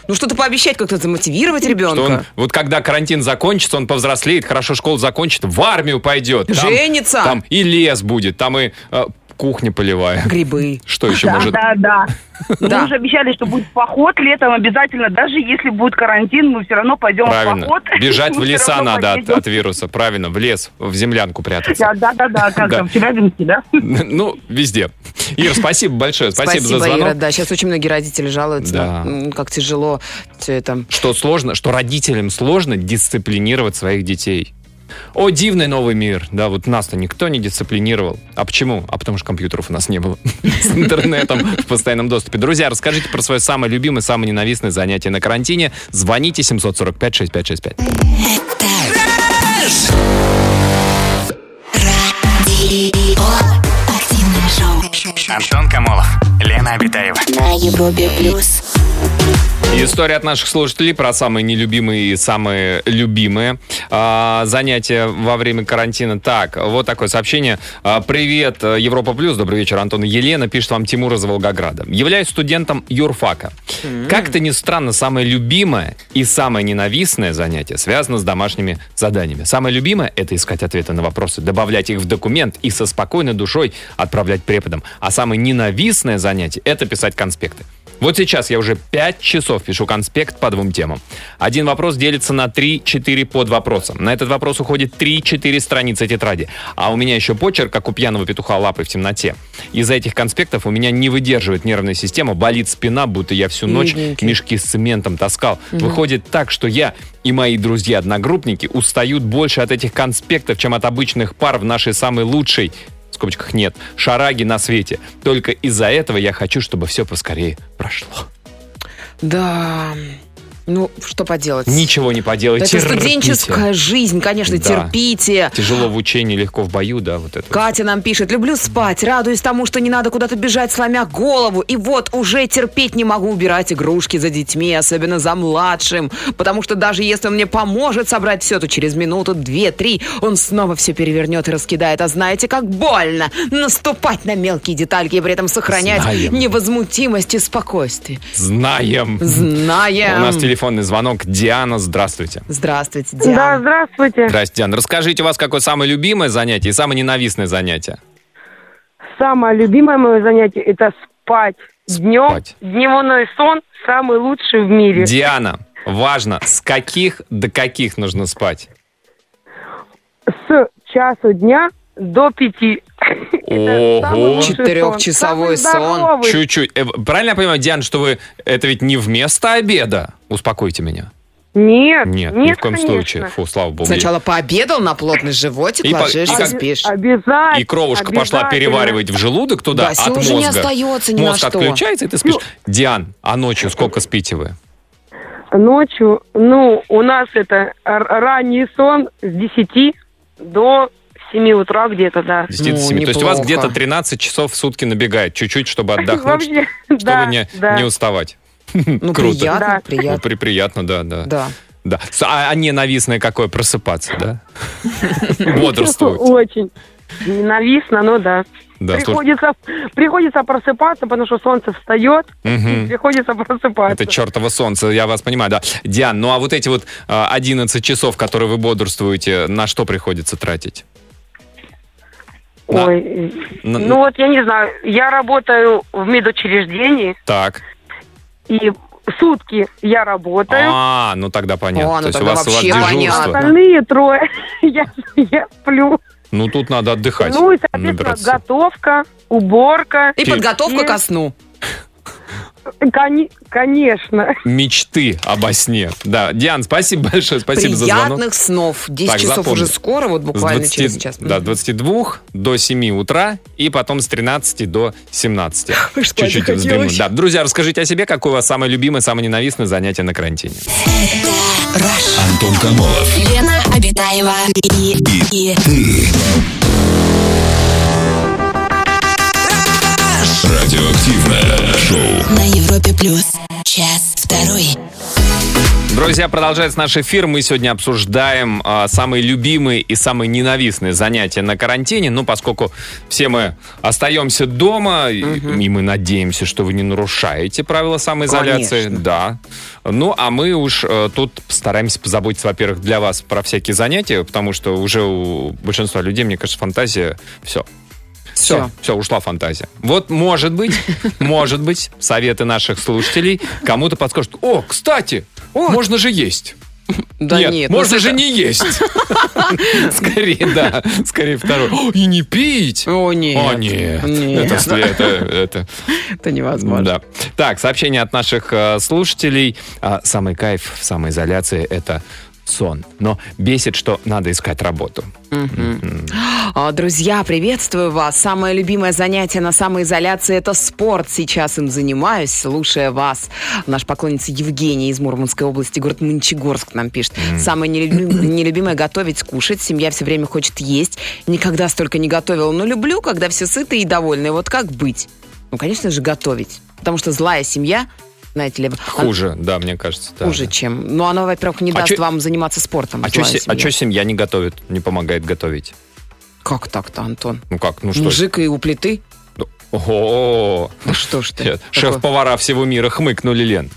Speaker 4: Ну, что-то пообещать, как-то замотивировать
Speaker 3: Что он,
Speaker 4: ребенка.
Speaker 3: вот когда карантин закончится, он повзрослеет, хорошо школу закончит, в армию пойдет. Там-
Speaker 4: Женится.
Speaker 3: Там и лес будет, там и э, кухня полевая.
Speaker 4: [LAUGHS] Грибы.
Speaker 3: Что еще
Speaker 6: Да,
Speaker 3: может?
Speaker 6: да, да. Мы
Speaker 4: Да.
Speaker 6: уже обещали, что будет поход летом обязательно. Даже если будет карантин, мы все равно пойдем в
Speaker 3: Правильно.
Speaker 6: поход. [LAUGHS]
Speaker 3: Бежать в
Speaker 6: Мы всё
Speaker 3: леса
Speaker 6: равно
Speaker 3: надо от,
Speaker 6: поедем.
Speaker 3: от вируса. Правильно, в лес, в землянку прятаться.
Speaker 6: Да, да, да, да, как
Speaker 3: Да.
Speaker 6: там, в Челябинске, да?
Speaker 3: [LAUGHS] Ну, везде. Ир, спасибо большое. Спасибо, за звонок.
Speaker 4: Ира, да, сейчас очень многие родители жалуются,
Speaker 3: Да.
Speaker 4: м, как тяжело все это.
Speaker 3: Что сложно, что родителям сложно дисциплинировать своих детей. О, дивный новый мир. Да, вот нас-то никто не дисциплинировал. А почему? А потому что компьютеров у нас не было. [LAUGHS] С интернетом в постоянном доступе. Друзья, расскажите про свое самое любимое, самое ненавистное занятие на карантине. Звоните 745-6565.
Speaker 5: Радио.
Speaker 2: Активное шоу.
Speaker 5: Антон Камолов, Лена Обитаева.
Speaker 2: На Европе плюс.
Speaker 3: История от наших слушателей про самые нелюбимые и самые любимые а, занятия во время карантина. Так, вот такое сообщение. А, Привет, э, Европа Плюс. Добрый вечер, Антон и Елена. Пишет вам Тимур из Волгограда. Являюсь студентом юрфака. Как-то ни странно, самое любимое и самое ненавистное занятие связано с домашними заданиями. Самое любимое — это искать ответы на вопросы, добавлять их в документ и со спокойной душой отправлять преподам. А самое ненавистное занятие — это писать конспекты. Вот сейчас я уже 5 часов пишу конспект по двум темам. Один вопрос делится на 3-4 подвопроса. На этот вопрос уходит 3-4 страницы тетради. А у меня еще почерк, как у пьяного петуха лапы в темноте. Из-за этих конспектов у меня не выдерживает нервная система, болит спина, будто я всю ночь
Speaker 4: Бедненький.
Speaker 3: мешки с цементом таскал. Выходит так, что я и мои друзья-одногруппники устают больше от этих конспектов, чем от обычных пар в нашей самой лучшей в скобочках нет, шараги на свете. Только из-за этого я хочу, чтобы все поскорее прошло.
Speaker 4: Да. Ну, что поделать?
Speaker 3: Ничего не поделать.
Speaker 4: Это студенческая жизнь, конечно,
Speaker 3: Да.
Speaker 4: терпите.
Speaker 3: Тяжело в учении, легко в бою, да, вот это.
Speaker 4: Катя нам пишет, люблю спать, радуюсь тому, что не надо куда-то бежать, сломя голову. И вот уже терпеть не могу убирать игрушки за детьми, особенно за младшим. Потому что даже если он мне поможет собрать все, то через минуту, две, три, он снова все перевернет и раскидает. А знаете, как больно наступать на мелкие детальки и при этом сохранять
Speaker 3: Знаем.
Speaker 4: невозмутимость и спокойствие.
Speaker 3: Знаем.
Speaker 4: Знаем.
Speaker 3: У нас телефонный звонок. Диана, здравствуйте.
Speaker 4: Здравствуйте,
Speaker 6: Да,
Speaker 4: Диана.
Speaker 6: здравствуйте.
Speaker 3: Здравствуйте, Диана. Расскажите, у вас какое самое любимое занятие и самое ненавистное занятие?
Speaker 6: Самое любимое мое занятие – это спать. Днем
Speaker 3: Спать.
Speaker 6: дневной сон самый лучший в мире.
Speaker 3: Диана, важно, с каких до каких нужно спать?
Speaker 6: С часу дня до пяти.
Speaker 3: Ого.
Speaker 4: Четырехчасовой сон.
Speaker 3: Чуть-чуть. Э, Правильно я понимаю, Диана, что вы... Это ведь не вместо обеда? Успокойте меня.
Speaker 6: Нет,
Speaker 3: Нет,
Speaker 6: нет,
Speaker 3: ни в коем случае.
Speaker 6: конечно.
Speaker 3: Фу, слава богу.
Speaker 4: Сначала пообедал на плотный животик,
Speaker 3: И по-
Speaker 4: ложишься,
Speaker 3: и как-
Speaker 4: спишь.
Speaker 6: А, Обязательно.
Speaker 3: И кровушка пошла
Speaker 6: обязательно.
Speaker 3: переваривать в желудок туда
Speaker 4: Да,
Speaker 3: от
Speaker 4: сил уже не
Speaker 3: мозга.
Speaker 4: остается ни на
Speaker 3: Мозг
Speaker 4: что.
Speaker 3: отключается, и ты
Speaker 6: Ну-
Speaker 3: спишь. Диан, а ночью сколько спите вы?
Speaker 6: Ночью, ну, у нас это р- ранний сон с 10 до 7 утра где-то, да.
Speaker 3: 10 до
Speaker 4: Ну,
Speaker 3: 7. То есть у вас
Speaker 4: неплохо.
Speaker 3: где-то 13 часов в сутки набегает, чуть-чуть, чтобы отдохнуть,
Speaker 6: Вообще,
Speaker 3: [LAUGHS] чтобы
Speaker 6: да,
Speaker 3: не,
Speaker 6: да.
Speaker 3: не уставать.
Speaker 4: Ну,
Speaker 3: Круто.
Speaker 4: приятно,
Speaker 6: Да.
Speaker 3: Ну,
Speaker 4: приятно.
Speaker 3: при- приятно, да, да.
Speaker 4: Да.
Speaker 3: да. С- А, а ненавистное какое? Просыпаться,
Speaker 6: [LAUGHS]
Speaker 3: да? Бодрствовать.
Speaker 6: Очень. Ненавистно, но да.
Speaker 3: Да, слушай,
Speaker 6: приходится, приходится просыпаться, потому что солнце встает,
Speaker 3: мгм.
Speaker 6: и приходится просыпаться.
Speaker 3: Хм. Это чертово солнце, я вас понимаю, да. Диан, ну а вот эти вот а, 11 часов, которые вы бодрствуете, на что приходится тратить?
Speaker 6: Ой,
Speaker 3: На-
Speaker 6: ну вот я не знаю, я работаю в медучреждении,
Speaker 3: Так.
Speaker 6: и сутки я работаю,
Speaker 3: А, ну тогда понятно.
Speaker 4: А, ну
Speaker 3: То есть у
Speaker 4: тогда
Speaker 3: вас, у вас
Speaker 4: вообще
Speaker 3: дежурство.
Speaker 6: а
Speaker 4: понятно.
Speaker 6: остальные трое [LAUGHS] я, я сплю.
Speaker 3: Ну тут надо отдыхать.
Speaker 6: Ну и, соответственно,
Speaker 3: набираться.
Speaker 6: готовка, уборка,
Speaker 4: И
Speaker 3: Фильм.
Speaker 4: подготовка
Speaker 6: Фильм.
Speaker 4: ко сну.
Speaker 7: Кони- Конечно.
Speaker 3: Мечты обо сне. Да, Диан, спасибо большое, спасибо за звонок.
Speaker 4: Приятных снов. 10
Speaker 3: Так,
Speaker 4: часов
Speaker 3: запомни.
Speaker 4: уже скоро, вот
Speaker 3: С
Speaker 4: буквально
Speaker 3: 20
Speaker 4: через час.
Speaker 3: Да,
Speaker 4: Мгм.
Speaker 3: 22 до 7 утра и потом с 13 до
Speaker 4: [LAUGHS]
Speaker 3: 17. Чуть-чуть вздремнуть. Да, друзья, расскажите о себе, какое у вас самое любимое, самое ненавистное занятие на карантине.
Speaker 1: Антон Камолов.
Speaker 2: Лена Обитаева и, и,
Speaker 1: Радиоактивное шоу.
Speaker 2: на Европе плюс. Час второй.
Speaker 3: Друзья, продолжается наш эфир. Мы сегодня обсуждаем а, самые любимые и самые ненавистные занятия на карантине. Ну, поскольку все мы остаемся дома, и- и мы надеемся, что вы не нарушаете правила самоизоляции.
Speaker 4: Конечно.
Speaker 3: Да. Ну, а мы уж э, тут стараемся позаботиться, во-первых, для вас про всякие занятия, потому что уже у большинства людей, мне кажется, фантазия все. Все,
Speaker 4: Всё.
Speaker 3: все, ушла фантазия. Вот, может
Speaker 4: [LAUGHS]
Speaker 3: быть, может быть, советы наших слушателей кому-то подскажут. О, кстати, можно же есть.
Speaker 4: Да нет, ну
Speaker 3: можно
Speaker 4: это-
Speaker 3: же не
Speaker 4: [LAUGHS]
Speaker 3: есть. Скорее, да, скорее второй. О, и не пить.
Speaker 4: О, нет.
Speaker 3: О, нет.
Speaker 4: Нет.
Speaker 3: Это, это, это-
Speaker 4: Это невозможно.
Speaker 3: да. Так, сообщение от наших э, слушателей. А, самый кайф в самоизоляции – это сон. Но бесит, что надо искать работу.
Speaker 4: А, Друзья, приветствую вас. Самое любимое занятие на самоизоляции – это спорт. Сейчас им занимаюсь, слушая вас. Наш поклонница Евгения из Мурманской области, город Мончегорск, нам пишет. Самое нелюби-
Speaker 3: [COUGHS]
Speaker 4: нелюбимое – готовить, кушать. Семья все время хочет есть. Никогда столько не готовила, но люблю, когда все сыты и довольны. Вот как быть? Ну, конечно же, готовить. Потому что злая семья, знаете ли, она
Speaker 3: Хуже, да, мне кажется. да.
Speaker 4: хуже, чем... Ну, она, во-первых, не
Speaker 3: А
Speaker 4: даст
Speaker 3: чё-
Speaker 4: вам заниматься спортом.
Speaker 3: А что
Speaker 4: злая семья.
Speaker 3: семья не готовит, не помогает готовить?
Speaker 4: Как так-то, Антон?
Speaker 3: Ну как, ну что?
Speaker 4: Мужик и у плиты?
Speaker 3: Ого!
Speaker 4: Да что ж ты. Такое.
Speaker 3: Шеф-повара всего мира хмыкнули,
Speaker 4: [LAUGHS]
Speaker 3: Лен.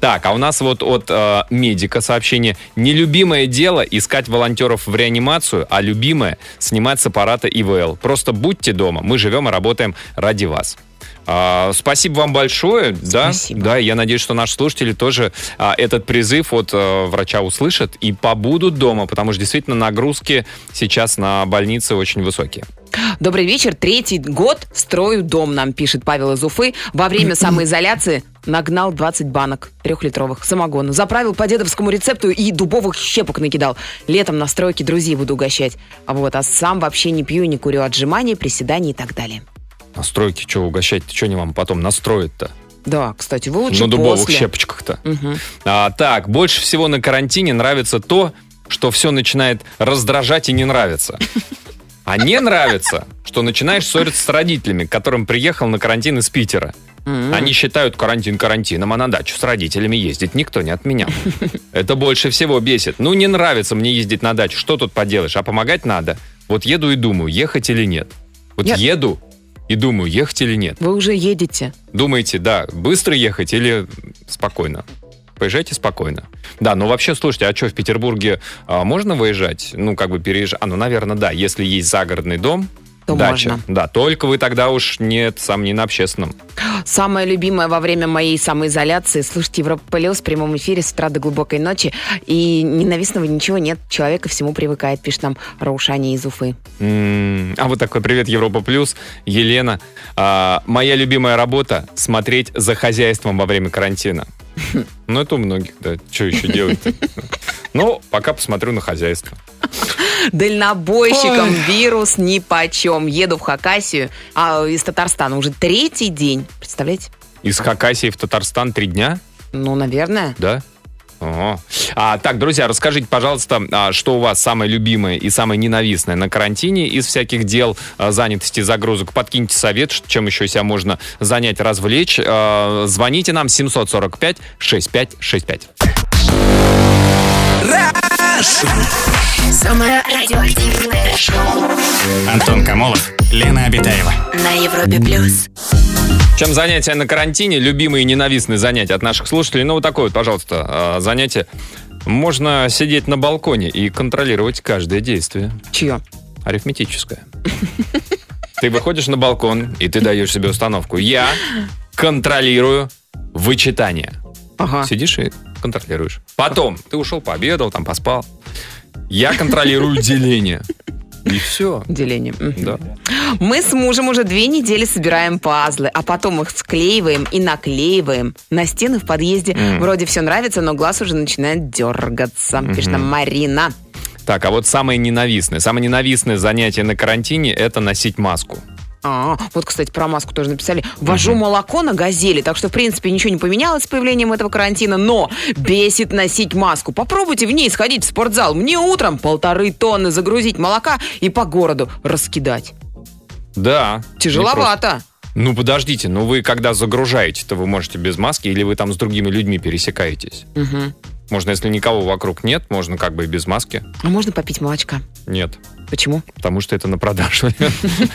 Speaker 3: Так, а у нас вот от э, медика сообщение. Нелюбимое дело искать волонтеров в реанимацию, а любимое снимать с аппарата ИВЛ. Просто будьте дома, мы живем и работаем ради вас. А, спасибо вам большое. Да,
Speaker 4: Спасибо.
Speaker 3: да, я надеюсь, что наши слушатели тоже а, этот призыв от э, врача услышат и побудут дома, потому что действительно нагрузки сейчас на больницы очень высокие.
Speaker 4: Добрый вечер. Третий год строю дом, нам пишет Павел из Уфы. Во время самоизоляции нагнал 20 банок трехлитровых самогона. Заправил по дедовскому рецепту и дубовых щепок накидал. Летом на стройке друзей буду угощать. А вот, а сам вообще не пью и не курю отжимания, приседания и так далее.
Speaker 3: Настройки, что угощать, что они вам потом настроят-то?
Speaker 4: Да, кстати, вы лучше
Speaker 3: На дубовых
Speaker 4: после.
Speaker 3: щепочках-то.
Speaker 4: Мгм.
Speaker 3: А, так, больше всего на карантине нравится то, что все начинает раздражать и не нравится. А не нравится, что начинаешь ссориться с родителями, к которым приехал на карантин из Питера.
Speaker 4: М.
Speaker 3: Они считают карантин карантином, а на дачу с родителями ездить никто не отменял. Это больше всего бесит. Ну, не нравится мне ездить на дачу, что тут поделаешь, а помогать надо. Вот еду и думаю, ехать или нет. Вот
Speaker 4: Нет.
Speaker 3: еду и думаю, ехать или нет.
Speaker 4: Вы уже едете.
Speaker 3: Думаете, да, быстро ехать или спокойно? Поезжайте спокойно. Да, ну вообще, слушайте, а что, в Петербурге а, можно выезжать? Ну, как бы переезжать? А, ну, наверное, да, если есть загородный дом,
Speaker 4: То
Speaker 3: дача.
Speaker 4: можно.
Speaker 3: Да, только вы тогда уж нет, сам не на общественном.
Speaker 4: Самое любимое во время моей самоизоляции слушать Европа Плюс в прямом эфире с утра до глубокой ночи. И ненавистного ничего нет. Человек ко всему привыкает, пишет нам Раушани из Уфы.
Speaker 3: М, А вот такой привет, Европа Плюс, Елена. А, моя любимая работа – смотреть за хозяйством во время
Speaker 4: [LAUGHS]
Speaker 3: карантина. Ну, это у многих, да. Что еще делать Ну, пока посмотрю на хозяйство.
Speaker 4: Дальнобойщикам вирус ни чем. Еду в Хакасию а, из Татарстана уже третий день. Представляете?
Speaker 3: Из Хакасии в Татарстан три дня?
Speaker 4: Ну, наверное.
Speaker 3: Да? Ого. А, так, друзья, расскажите, пожалуйста, а, что у вас самое любимое и самое ненавистное на карантине из всяких дел а, занятости, загрузок. Подкиньте совет, ш- чем еще себя можно занять, развлечь. А, Звоните нам 745-6565.
Speaker 2: Самое радиоактивное шоу
Speaker 5: Антон Камолов, Лена Обитаева.
Speaker 2: на Европе плюс.
Speaker 3: Чем занятия на карантине? Любимые и ненавистные занятия от наших слушателей. Ну, вот такое вот, пожалуйста, а, занятие. Можно сидеть на балконе и контролировать каждое действие.
Speaker 4: Чье?
Speaker 3: арифметическая. Ты выходишь на балкон, и ты даешь себе установку. Я контролирую вычитание.
Speaker 4: Ага.
Speaker 3: Сидишь и контролируешь. Потом ты ушел, пообедал, там поспал. Я контролирую деление. И все.
Speaker 4: Деление. Мгм.
Speaker 3: Да.
Speaker 4: Мы с мужем уже две недели собираем пазлы, а потом их склеиваем и наклеиваем на стены в подъезде.
Speaker 3: М.
Speaker 4: Вроде все нравится, но глаз уже начинает дергаться. Пишет нам Марина.
Speaker 3: Так, а вот самое ненавистное, самое ненавистное занятие на карантине – это носить маску.
Speaker 4: А, вот, кстати, про маску тоже написали. Вожу молоко на газели, так что, в принципе, ничего не поменялось с появлением этого карантина, но бесит носить маску. Попробуйте в ней сходить в спортзал. Мне утром полторы тонны загрузить молока и по городу раскидать.
Speaker 3: Да. непросто.
Speaker 4: Тяжеловато.
Speaker 3: Ну, подождите, ну вы когда загружаете, то вы можете без маски или вы там с другими людьми пересекаетесь?
Speaker 4: Мгм.
Speaker 3: Можно, если никого вокруг нет, можно как бы и без маски.
Speaker 4: А можно попить молочка?
Speaker 3: Нет,
Speaker 4: Почему?
Speaker 3: потому что это на продажу. [LAUGHS]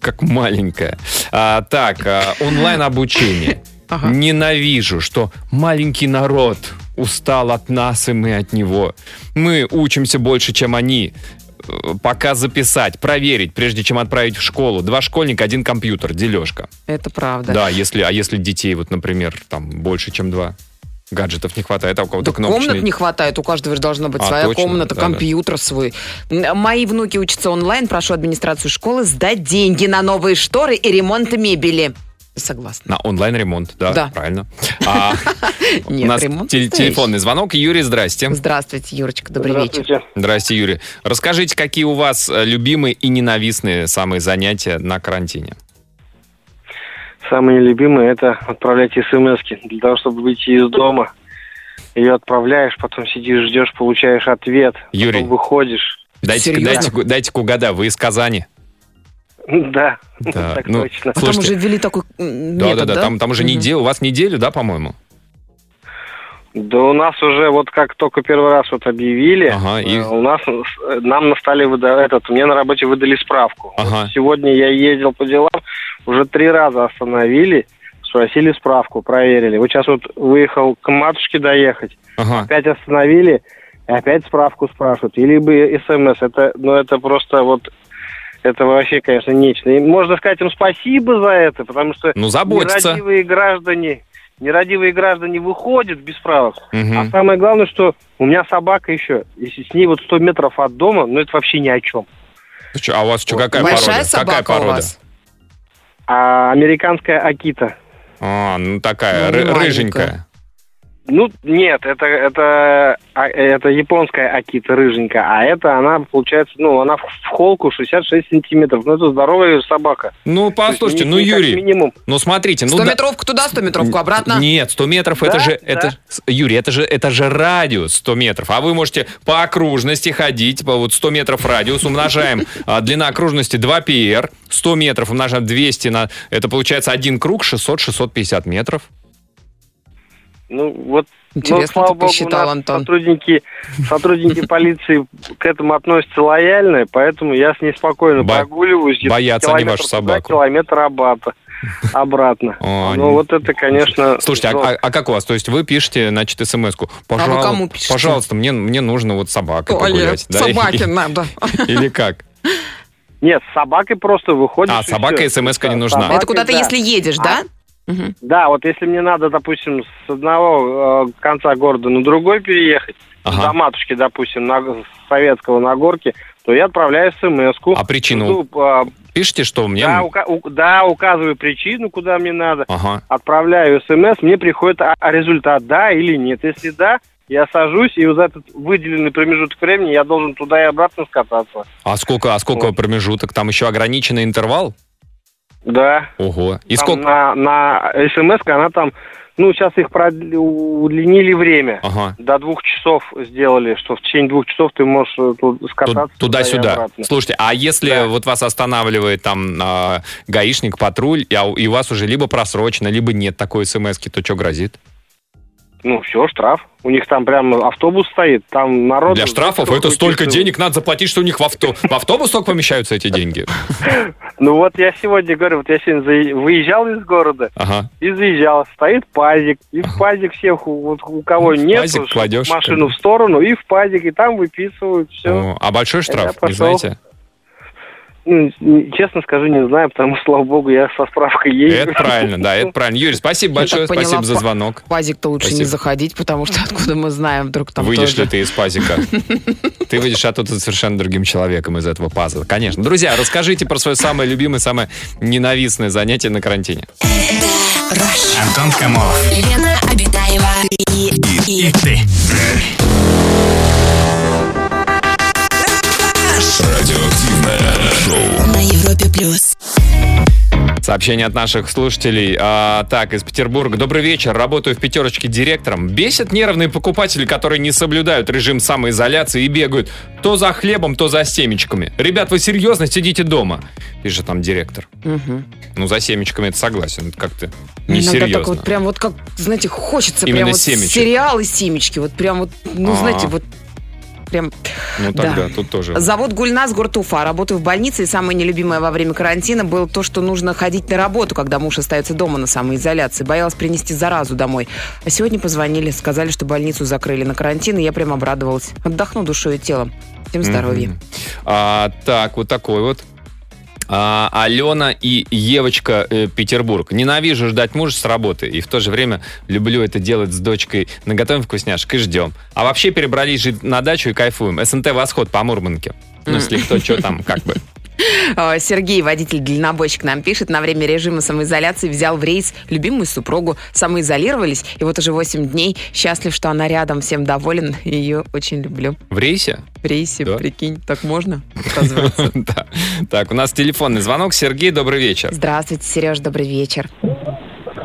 Speaker 3: Как маленькая. А, Так, а, онлайн-обучение.
Speaker 4: Ага.
Speaker 3: Ненавижу, что маленький народ устал от нас, и мы от него. Мы учимся больше, чем они. Э, Пока записать, проверить, прежде чем отправить в школу. Два школьника, один компьютер, дележка.
Speaker 4: Это правда.
Speaker 3: Да, если, а если детей, вот, например, там больше, чем два, гаджетов не хватает, а у кого-то
Speaker 4: Да
Speaker 3: кнопочный.
Speaker 4: комнат не хватает, у каждого же должна быть
Speaker 3: А,
Speaker 4: своя
Speaker 3: точно,
Speaker 4: комната,
Speaker 3: да-да.
Speaker 4: компьютер свой. М, Мои внуки учатся онлайн, прошу администрацию школы сдать деньги на новые шторы и ремонт мебели. Согласна.
Speaker 3: На онлайн-ремонт, да,
Speaker 4: Да.
Speaker 3: правильно. А у
Speaker 4: [LAUGHS] Нет,
Speaker 3: нас
Speaker 4: ремонт
Speaker 3: те-
Speaker 4: настоящий.
Speaker 3: телефонный звонок. Юрий, здрасте.
Speaker 4: Здравствуйте, Юрочка, добрый вечер.
Speaker 8: Здравствуйте.
Speaker 3: Здрасте, Юрий. Расскажите, какие у вас э, любимые и ненавистные самые занятия на карантине?
Speaker 8: Самые любимые это отправлять смс -ки для того, чтобы выйти из дома. Ее отправляешь, потом сидишь, ждешь, получаешь ответ.
Speaker 3: Юрий.
Speaker 8: Потом выходишь.
Speaker 3: Дайте,
Speaker 4: Серьезно?
Speaker 3: дайте, дайте угада, вы из Казани.
Speaker 8: Да,
Speaker 3: Да,
Speaker 8: [LAUGHS] так
Speaker 3: ну,
Speaker 8: точно.
Speaker 4: А Там
Speaker 3: Слушайте.
Speaker 4: уже ввели такой м,
Speaker 3: Да, да,
Speaker 4: метод,
Speaker 3: да,
Speaker 4: да?
Speaker 3: Там, там уже
Speaker 4: Мгм.
Speaker 3: неделю, у вас неделю, да, по-моему?
Speaker 8: Да у нас уже вот как только первый раз вот объявили,
Speaker 3: Ага, и-
Speaker 8: э, у нас э, нам на столе выда- этот, мне на работе выдали справку.
Speaker 3: Ага.
Speaker 8: Сегодня я ездил по делам, уже три раза остановили, спросили справку, проверили. Вот сейчас вот выехал к матушке доехать,
Speaker 3: Ага.
Speaker 8: опять остановили, и опять справку спрашивают. Или бы СМС. Это, ну, это просто вот... Это вообще, конечно, нечто. И можно сказать им спасибо за это, потому что
Speaker 3: Ну, заботиться.
Speaker 8: нерадивые граждане... Нерадивые граждане выходят без правок. А
Speaker 3: Мгм.
Speaker 8: самое главное, что у меня собака еще. Если с ней вот 100 метров от дома, ну это вообще ни о чем.
Speaker 3: Чё, А у вас что, какая
Speaker 4: Большая
Speaker 3: порода?
Speaker 4: собака
Speaker 3: какая порода?
Speaker 4: у вас.
Speaker 8: А американская Акита.
Speaker 3: А, ну такая,
Speaker 4: Ну,
Speaker 3: ры-
Speaker 4: маленькая.
Speaker 3: рыженькая.
Speaker 8: Ну, нет, это, это, а, это японская Акита, рыженькая. А это она, получается, ну, она в в холку 66 сантиметров. Ну, это здоровая собака.
Speaker 3: Ну, послушайте,
Speaker 8: То
Speaker 3: ну,
Speaker 8: есть, как
Speaker 3: Юрий,
Speaker 8: минимум.
Speaker 3: ну, смотрите, ну,
Speaker 4: 100
Speaker 3: да-
Speaker 4: метровку туда, 100 метровку обратно.
Speaker 3: Нет, 100 метров это
Speaker 8: Да,
Speaker 3: же,
Speaker 8: да.
Speaker 3: это, с- Юрий, это же, это же радиус 100 метров. А вы можете по окружности ходить, по вот 100 метров радиус, умножаем а, длина окружности 2 пр, 100 метров умножаем 200 на, это получается один круг 600-650 метров.
Speaker 8: Ну, вот,
Speaker 4: Интересно
Speaker 8: ну, слава
Speaker 4: ты
Speaker 8: богу,
Speaker 4: посчитал,
Speaker 8: у нас
Speaker 4: Антон.
Speaker 8: сотрудники,
Speaker 4: [LAUGHS]
Speaker 8: сотрудники полиции к этому относятся лояльно, поэтому я с ней спокойно
Speaker 3: Бо-
Speaker 8: прогуливаюсь. где-то
Speaker 3: боятся они вашу
Speaker 8: километр туда,
Speaker 3: собаку. [LAUGHS]
Speaker 8: Километр обратно, обратно.
Speaker 3: О,
Speaker 8: Ну,
Speaker 3: они-
Speaker 8: вот это, конечно...
Speaker 3: Слушайте, а-
Speaker 8: ну,
Speaker 3: а, а как у вас? То есть вы пишете, значит, смс-ку.
Speaker 8: А
Speaker 4: вы
Speaker 3: «Пожалуй-
Speaker 4: кому пишете?
Speaker 3: Пожалуйста, мне, мне нужно вот с собакой
Speaker 4: Туалет,
Speaker 3: погулять. да, и-
Speaker 4: собаке надо.
Speaker 3: [LAUGHS] Или как?
Speaker 8: Нет, с собакой просто выходишь.
Speaker 3: А,
Speaker 8: и
Speaker 3: собака
Speaker 8: всё.
Speaker 3: смс-ка не
Speaker 8: Да,
Speaker 3: нужна.
Speaker 8: собака,
Speaker 4: Это куда-то,
Speaker 8: да.
Speaker 4: если едешь,
Speaker 3: А?
Speaker 4: да? Мгм.
Speaker 8: Да, вот если мне надо, допустим, с одного э, конца города на другой переехать,
Speaker 3: Ага.
Speaker 8: до матушки, допустим, на, с советского на горке, то я отправляю смс-ку.
Speaker 3: А причину?
Speaker 8: Жду, а,
Speaker 3: Пишите, что мне...
Speaker 8: да, ука- у- да, указываю причину, куда мне надо.
Speaker 3: Ага.
Speaker 8: Отправляю смс, мне приходит а, а результат, да или нет. Если да, я сажусь, и вот за этот выделенный промежуток времени я должен туда и обратно скататься.
Speaker 3: А сколько, а сколько промежуток? Там еще ограниченный интервал?
Speaker 8: Да.
Speaker 3: Ого. И
Speaker 8: Там
Speaker 3: сколько?
Speaker 8: На, на смс она там, ну, сейчас их продли- удлинили время.
Speaker 3: Ага.
Speaker 8: До двух часов сделали, что в течение двух часов ты можешь э, тут
Speaker 3: Ту-
Speaker 8: скататься. и
Speaker 3: Туда-сюда.
Speaker 8: обратно.
Speaker 3: Слушайте, а если
Speaker 8: Да.
Speaker 3: вот вас останавливает там а, гаишник, патруль, а у- и у вас уже либо просрочено, либо нет такой смс то что грозит?
Speaker 8: Ну, все, штраф. У них там прям автобус стоит, там народ...
Speaker 3: Для штрафов это столько денег надо заплатить, что у них в, авто, в автобус только помещаются эти деньги.
Speaker 8: Ну, вот я сегодня говорю, вот я сегодня заи- выезжал из города
Speaker 3: Ага.
Speaker 8: и заезжал. Стоит пазик, и в пазик всех, у- вот у кого
Speaker 3: В
Speaker 8: нет,
Speaker 3: пазик
Speaker 8: уж
Speaker 3: кладешь,
Speaker 8: машину
Speaker 3: как бы.
Speaker 8: в сторону, и в пазик, и там выписывают все.
Speaker 3: О, А большой штраф, не
Speaker 8: пошел.
Speaker 3: знаете?
Speaker 8: ну, не- честно скажу, не знаю, потому что, слава богу, я со справкой
Speaker 3: Это
Speaker 8: езжу.
Speaker 3: правильно, да, это правильно. Юрий, спасибо
Speaker 4: Я так
Speaker 3: большое,
Speaker 4: поняла,
Speaker 3: спасибо за
Speaker 4: па-
Speaker 3: звонок.
Speaker 4: В пазик-то лучше не
Speaker 3: Спасибо.
Speaker 4: заходить, потому что [LAUGHS] откуда мы знаем, вдруг там
Speaker 3: выйдешь
Speaker 4: тоже.
Speaker 3: ли ты из пазика?
Speaker 4: [LAUGHS]
Speaker 3: Ты выйдешь оттуда совершенно другим человеком из этого пазла. Конечно. Друзья, расскажите про свое самое любимое, самое ненавистное занятие на карантине.
Speaker 5: Антон Камолов.
Speaker 2: Лена Обитаева и, и,
Speaker 5: И ты.
Speaker 1: Радиоактивное шоу.
Speaker 2: на Европе плюс.
Speaker 3: Сообщение от наших слушателей. А, так, из Петербурга. Добрый вечер. Работаю в пятерочке директором. Бесят нервные покупатели, которые не соблюдают режим самоизоляции и бегают то за хлебом, то за семечками. Ребят, вы серьезно сидите дома? Пишет там директор.
Speaker 4: Мгм.
Speaker 3: Ну, за семечками это согласен. Это как-то
Speaker 4: Иногда Ну, так
Speaker 3: несерьезно.
Speaker 4: вот прям вот как, знаете, хочется
Speaker 3: Именно
Speaker 4: прям вот
Speaker 3: семечек.
Speaker 4: сериалы семечки. Вот прям вот, ну,
Speaker 3: А.
Speaker 4: знаете, вот прям
Speaker 3: Ну,
Speaker 4: да.
Speaker 3: тогда тут тоже.
Speaker 4: Зовут Гульнас, город Уфа. Работаю в больнице, и самое нелюбимое во время карантина было то, что нужно ходить на работу, когда муж остается дома на самоизоляции. Боялась принести заразу домой. А сегодня позвонили, сказали, что больницу закрыли на карантин, и я прям обрадовалась. Отдохну душой и телом. Всем здоровья.
Speaker 3: Мгм. А, так, вот такой вот. А, Алена и Евочка э, Петербург. Ненавижу ждать мужа с работы. И в то же время люблю это делать с дочкой. Наготовим вкусняшек и ждем. А вообще перебрались жить на дачу и кайфуем. СНТ «Восход» по Мурманке. Ну, если кто, что там, как бы.
Speaker 4: А, Сергей, водитель-дальнобойщик, нам пишет, на время режима самоизоляции взял в рейс любимую супругу, самоизолировались, и вот уже 8 дней счастлив, что она рядом, всем доволен, ее очень люблю.
Speaker 3: В рейсе?
Speaker 4: В рейсе,
Speaker 3: Да?
Speaker 4: прикинь, так можно?
Speaker 3: [LAUGHS]
Speaker 4: Оказывается.
Speaker 3: Да. Так, у нас телефонный звонок. Сергей, добрый вечер.
Speaker 4: Здравствуйте, Сереж, добрый вечер.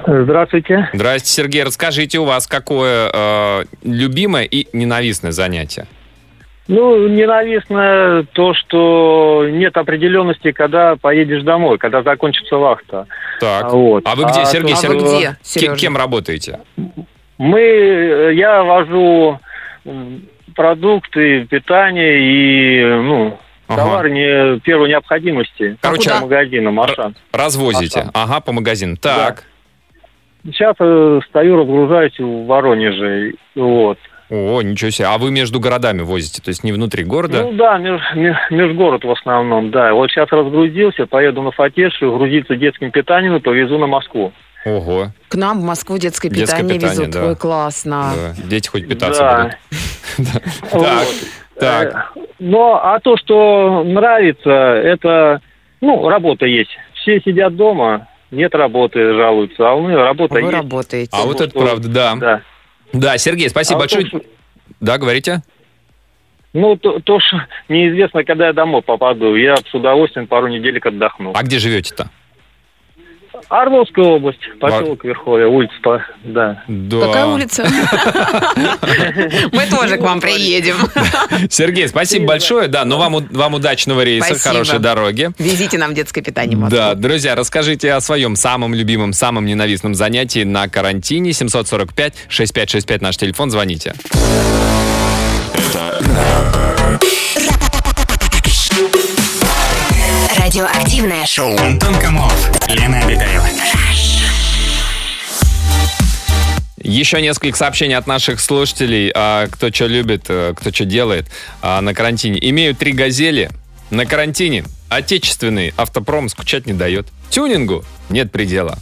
Speaker 8: Здравствуйте.
Speaker 3: Здрасте, Сергей. Расскажите, у вас какое э, любимое и ненавистное занятие?
Speaker 8: Ну, ненавистно то, что нет определенности, когда поедешь домой, когда закончится вахта.
Speaker 3: Так.
Speaker 8: Вот.
Speaker 3: А вы где, Сергей?
Speaker 8: то,
Speaker 4: А вы
Speaker 3: Серега.
Speaker 4: где,
Speaker 3: Кем,
Speaker 4: Сережа?
Speaker 3: кем работаете?
Speaker 8: Мы, э, я вожу м, продукты, питание и ну,
Speaker 3: Ага. А
Speaker 8: товар не первой необходимости
Speaker 3: Короче,
Speaker 8: по магазинам Ашан.
Speaker 3: Развозите.
Speaker 8: Ага.
Speaker 3: Ага, по магазину. Так.
Speaker 8: Сейчас э, стою, разгружаюсь в Воронеже. и- Вот.
Speaker 3: О, ничего себе. А вы между городами возите, то есть не внутри города?
Speaker 8: Ну да, меж, меж- межгород в основном, да. Вот сейчас разгрузился, поеду на Фатешу, грузиться детским питанием и повезу на Москву.
Speaker 3: Ого.
Speaker 4: К нам в Москву детское
Speaker 3: Детское
Speaker 4: питание,
Speaker 3: питание,
Speaker 4: везут.
Speaker 3: да.
Speaker 4: Ой, классно.
Speaker 3: да. Дети хоть питаться
Speaker 8: А. Да.
Speaker 3: будут. Так, так.
Speaker 8: Э, Но а то, что нравится, это ну работа есть. Все сидят дома, нет работы, жалуются, а у меня работа
Speaker 4: Вы
Speaker 8: есть.
Speaker 4: работаете.
Speaker 3: А вот это
Speaker 8: вот,
Speaker 3: правда, да.
Speaker 8: Да.
Speaker 3: Да, Сергей, спасибо
Speaker 8: А вот то,
Speaker 3: большое.
Speaker 8: что-
Speaker 3: Да, говорите.
Speaker 8: ну то, то, что неизвестно, когда я домой попаду, я с удовольствием пару неделек отдохну.
Speaker 3: А где живете-то?
Speaker 8: Орловская область, поселок Верховья, улица, по- да.
Speaker 3: Да. [LAUGHS]
Speaker 4: Какая улица? Мы тоже к вам [LAUGHS] приедем.
Speaker 3: Сергей, спасибо большое. Да, но вам, у- вам удачного рейса,
Speaker 4: Спасибо.
Speaker 3: хорошей дороги.
Speaker 4: Везите нам детское питание в Москву.
Speaker 3: Да, друзья, расскажите о своем самом любимом, самом ненавистном занятии на карантине. 745-6565 наш телефон, звоните.
Speaker 2: Радиоактивное шоу.
Speaker 5: Антон Камолов. Лена Обитаева.
Speaker 3: Еще несколько сообщений от наших слушателей, а, кто что любит, э, кто что делает а, на карантине. Имею три газели. На карантине отечественный автопром скучать не дает. Тюнингу нет предела.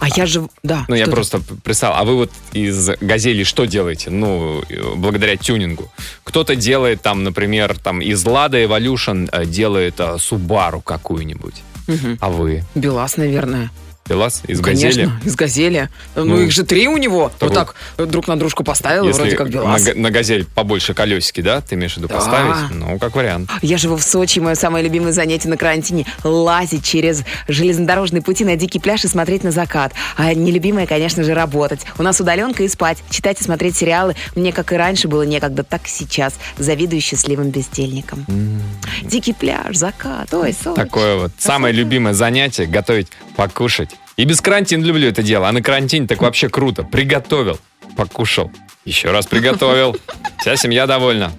Speaker 4: А я же... Да.
Speaker 3: Ну, я
Speaker 4: что-то.
Speaker 3: просто представил. А вы вот из газели что делаете? Ну, э, благодаря тюнингу. Кто-то делает там, например, там из Лада Evolution э, делает э, Субару какую-нибудь.
Speaker 4: Мгм.
Speaker 3: А вы?
Speaker 4: Белас, наверное.
Speaker 3: Белас из
Speaker 4: Ну,
Speaker 3: газели?
Speaker 4: Конечно, из газели. Ну,
Speaker 3: Ну,
Speaker 4: их же три у него.
Speaker 3: вот.
Speaker 4: Вот так э, друг на дружку поставил,
Speaker 3: Если
Speaker 4: вроде как
Speaker 3: на,
Speaker 4: Белас.
Speaker 3: га- на газель побольше колесики, да, ты имеешь в виду
Speaker 4: Да.
Speaker 3: поставить? Ну, как вариант.
Speaker 4: Я живу в Сочи, и мое самое любимое занятие на карантине – лазить через железнодорожные пути на дикий пляж и смотреть на закат. А нелюбимое, конечно же, работать. У нас удаленка и спать, читать и смотреть сериалы. Мне, как и раньше, было некогда, так и сейчас. Завидую счастливым бездельникам. Дикий пляж, закат, ой, Сочи.
Speaker 3: Такое вот самое любимое занятие – готовить, покушать. И без карантина люблю это дело. А на карантине так вообще круто. Приготовил, покушал, еще раз приготовил. Вся семья довольна.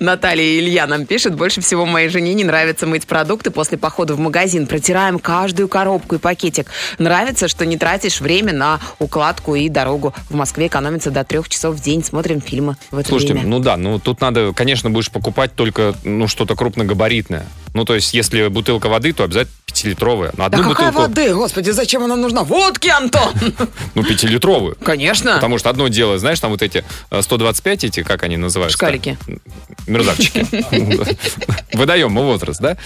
Speaker 4: Наталья Илья нам пишет, больше всего моей жене не нравится мыть продукты после похода в магазин. Протираем каждую коробку и пакетик. Нравится, что не тратишь время на укладку и дорогу. В Москве экономится до трех часов в день. Смотрим фильмы в это
Speaker 3: Слушайте,
Speaker 4: время.
Speaker 3: ну да, ну тут надо, конечно, будешь покупать только ну что-то крупногабаритное. Ну то есть, если бутылка воды, то обязательно пятилитровая. На
Speaker 4: да
Speaker 3: одну
Speaker 4: какая
Speaker 3: бутылку,
Speaker 4: воды? Господи, зачем она нужна? Водки, Антон! [LAUGHS]
Speaker 3: ну пятилитровую.
Speaker 4: Конечно.
Speaker 3: Потому что одно дело, знаешь, там вот эти э, 125 эти, как они называются?
Speaker 4: Шкалики.
Speaker 3: Мерзавчики.
Speaker 4: [LAUGHS]
Speaker 3: Выдаем мы возраст, да?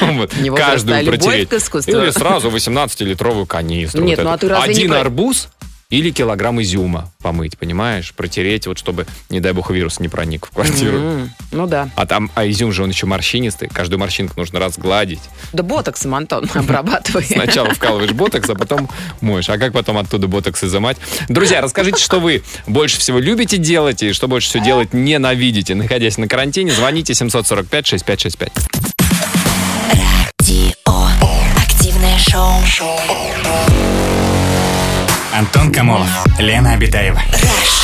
Speaker 3: Вот.
Speaker 4: Не возраст, а
Speaker 3: Каждую
Speaker 4: любовь
Speaker 3: протереть.
Speaker 4: к искусству.
Speaker 3: Или сразу 18-литровую канистру.
Speaker 4: Нет,
Speaker 3: вот
Speaker 4: ну
Speaker 3: эту.
Speaker 4: а ты разве не
Speaker 3: Один
Speaker 4: про-
Speaker 3: арбуз или килограмм изюма помыть, понимаешь? Протереть, вот чтобы, не дай бог, вирус не проник в квартиру.
Speaker 4: М, Ну да.
Speaker 3: А там, а изюм же он еще морщинистый. Каждую морщинку нужно разгладить.
Speaker 4: Да ботоксом, Антон, [LAUGHS] обрабатывай.
Speaker 3: Сначала вкалываешь ботокс, а потом моешь. А как потом оттуда ботокс изымать? Друзья, расскажите, что вы больше всего любите делать и что больше всего делать ненавидите, находясь на карантине. Звоните 745-6565.
Speaker 2: Радио. Активное шоу.
Speaker 5: Антон Камолов, Лена Обитаева.
Speaker 2: Rush.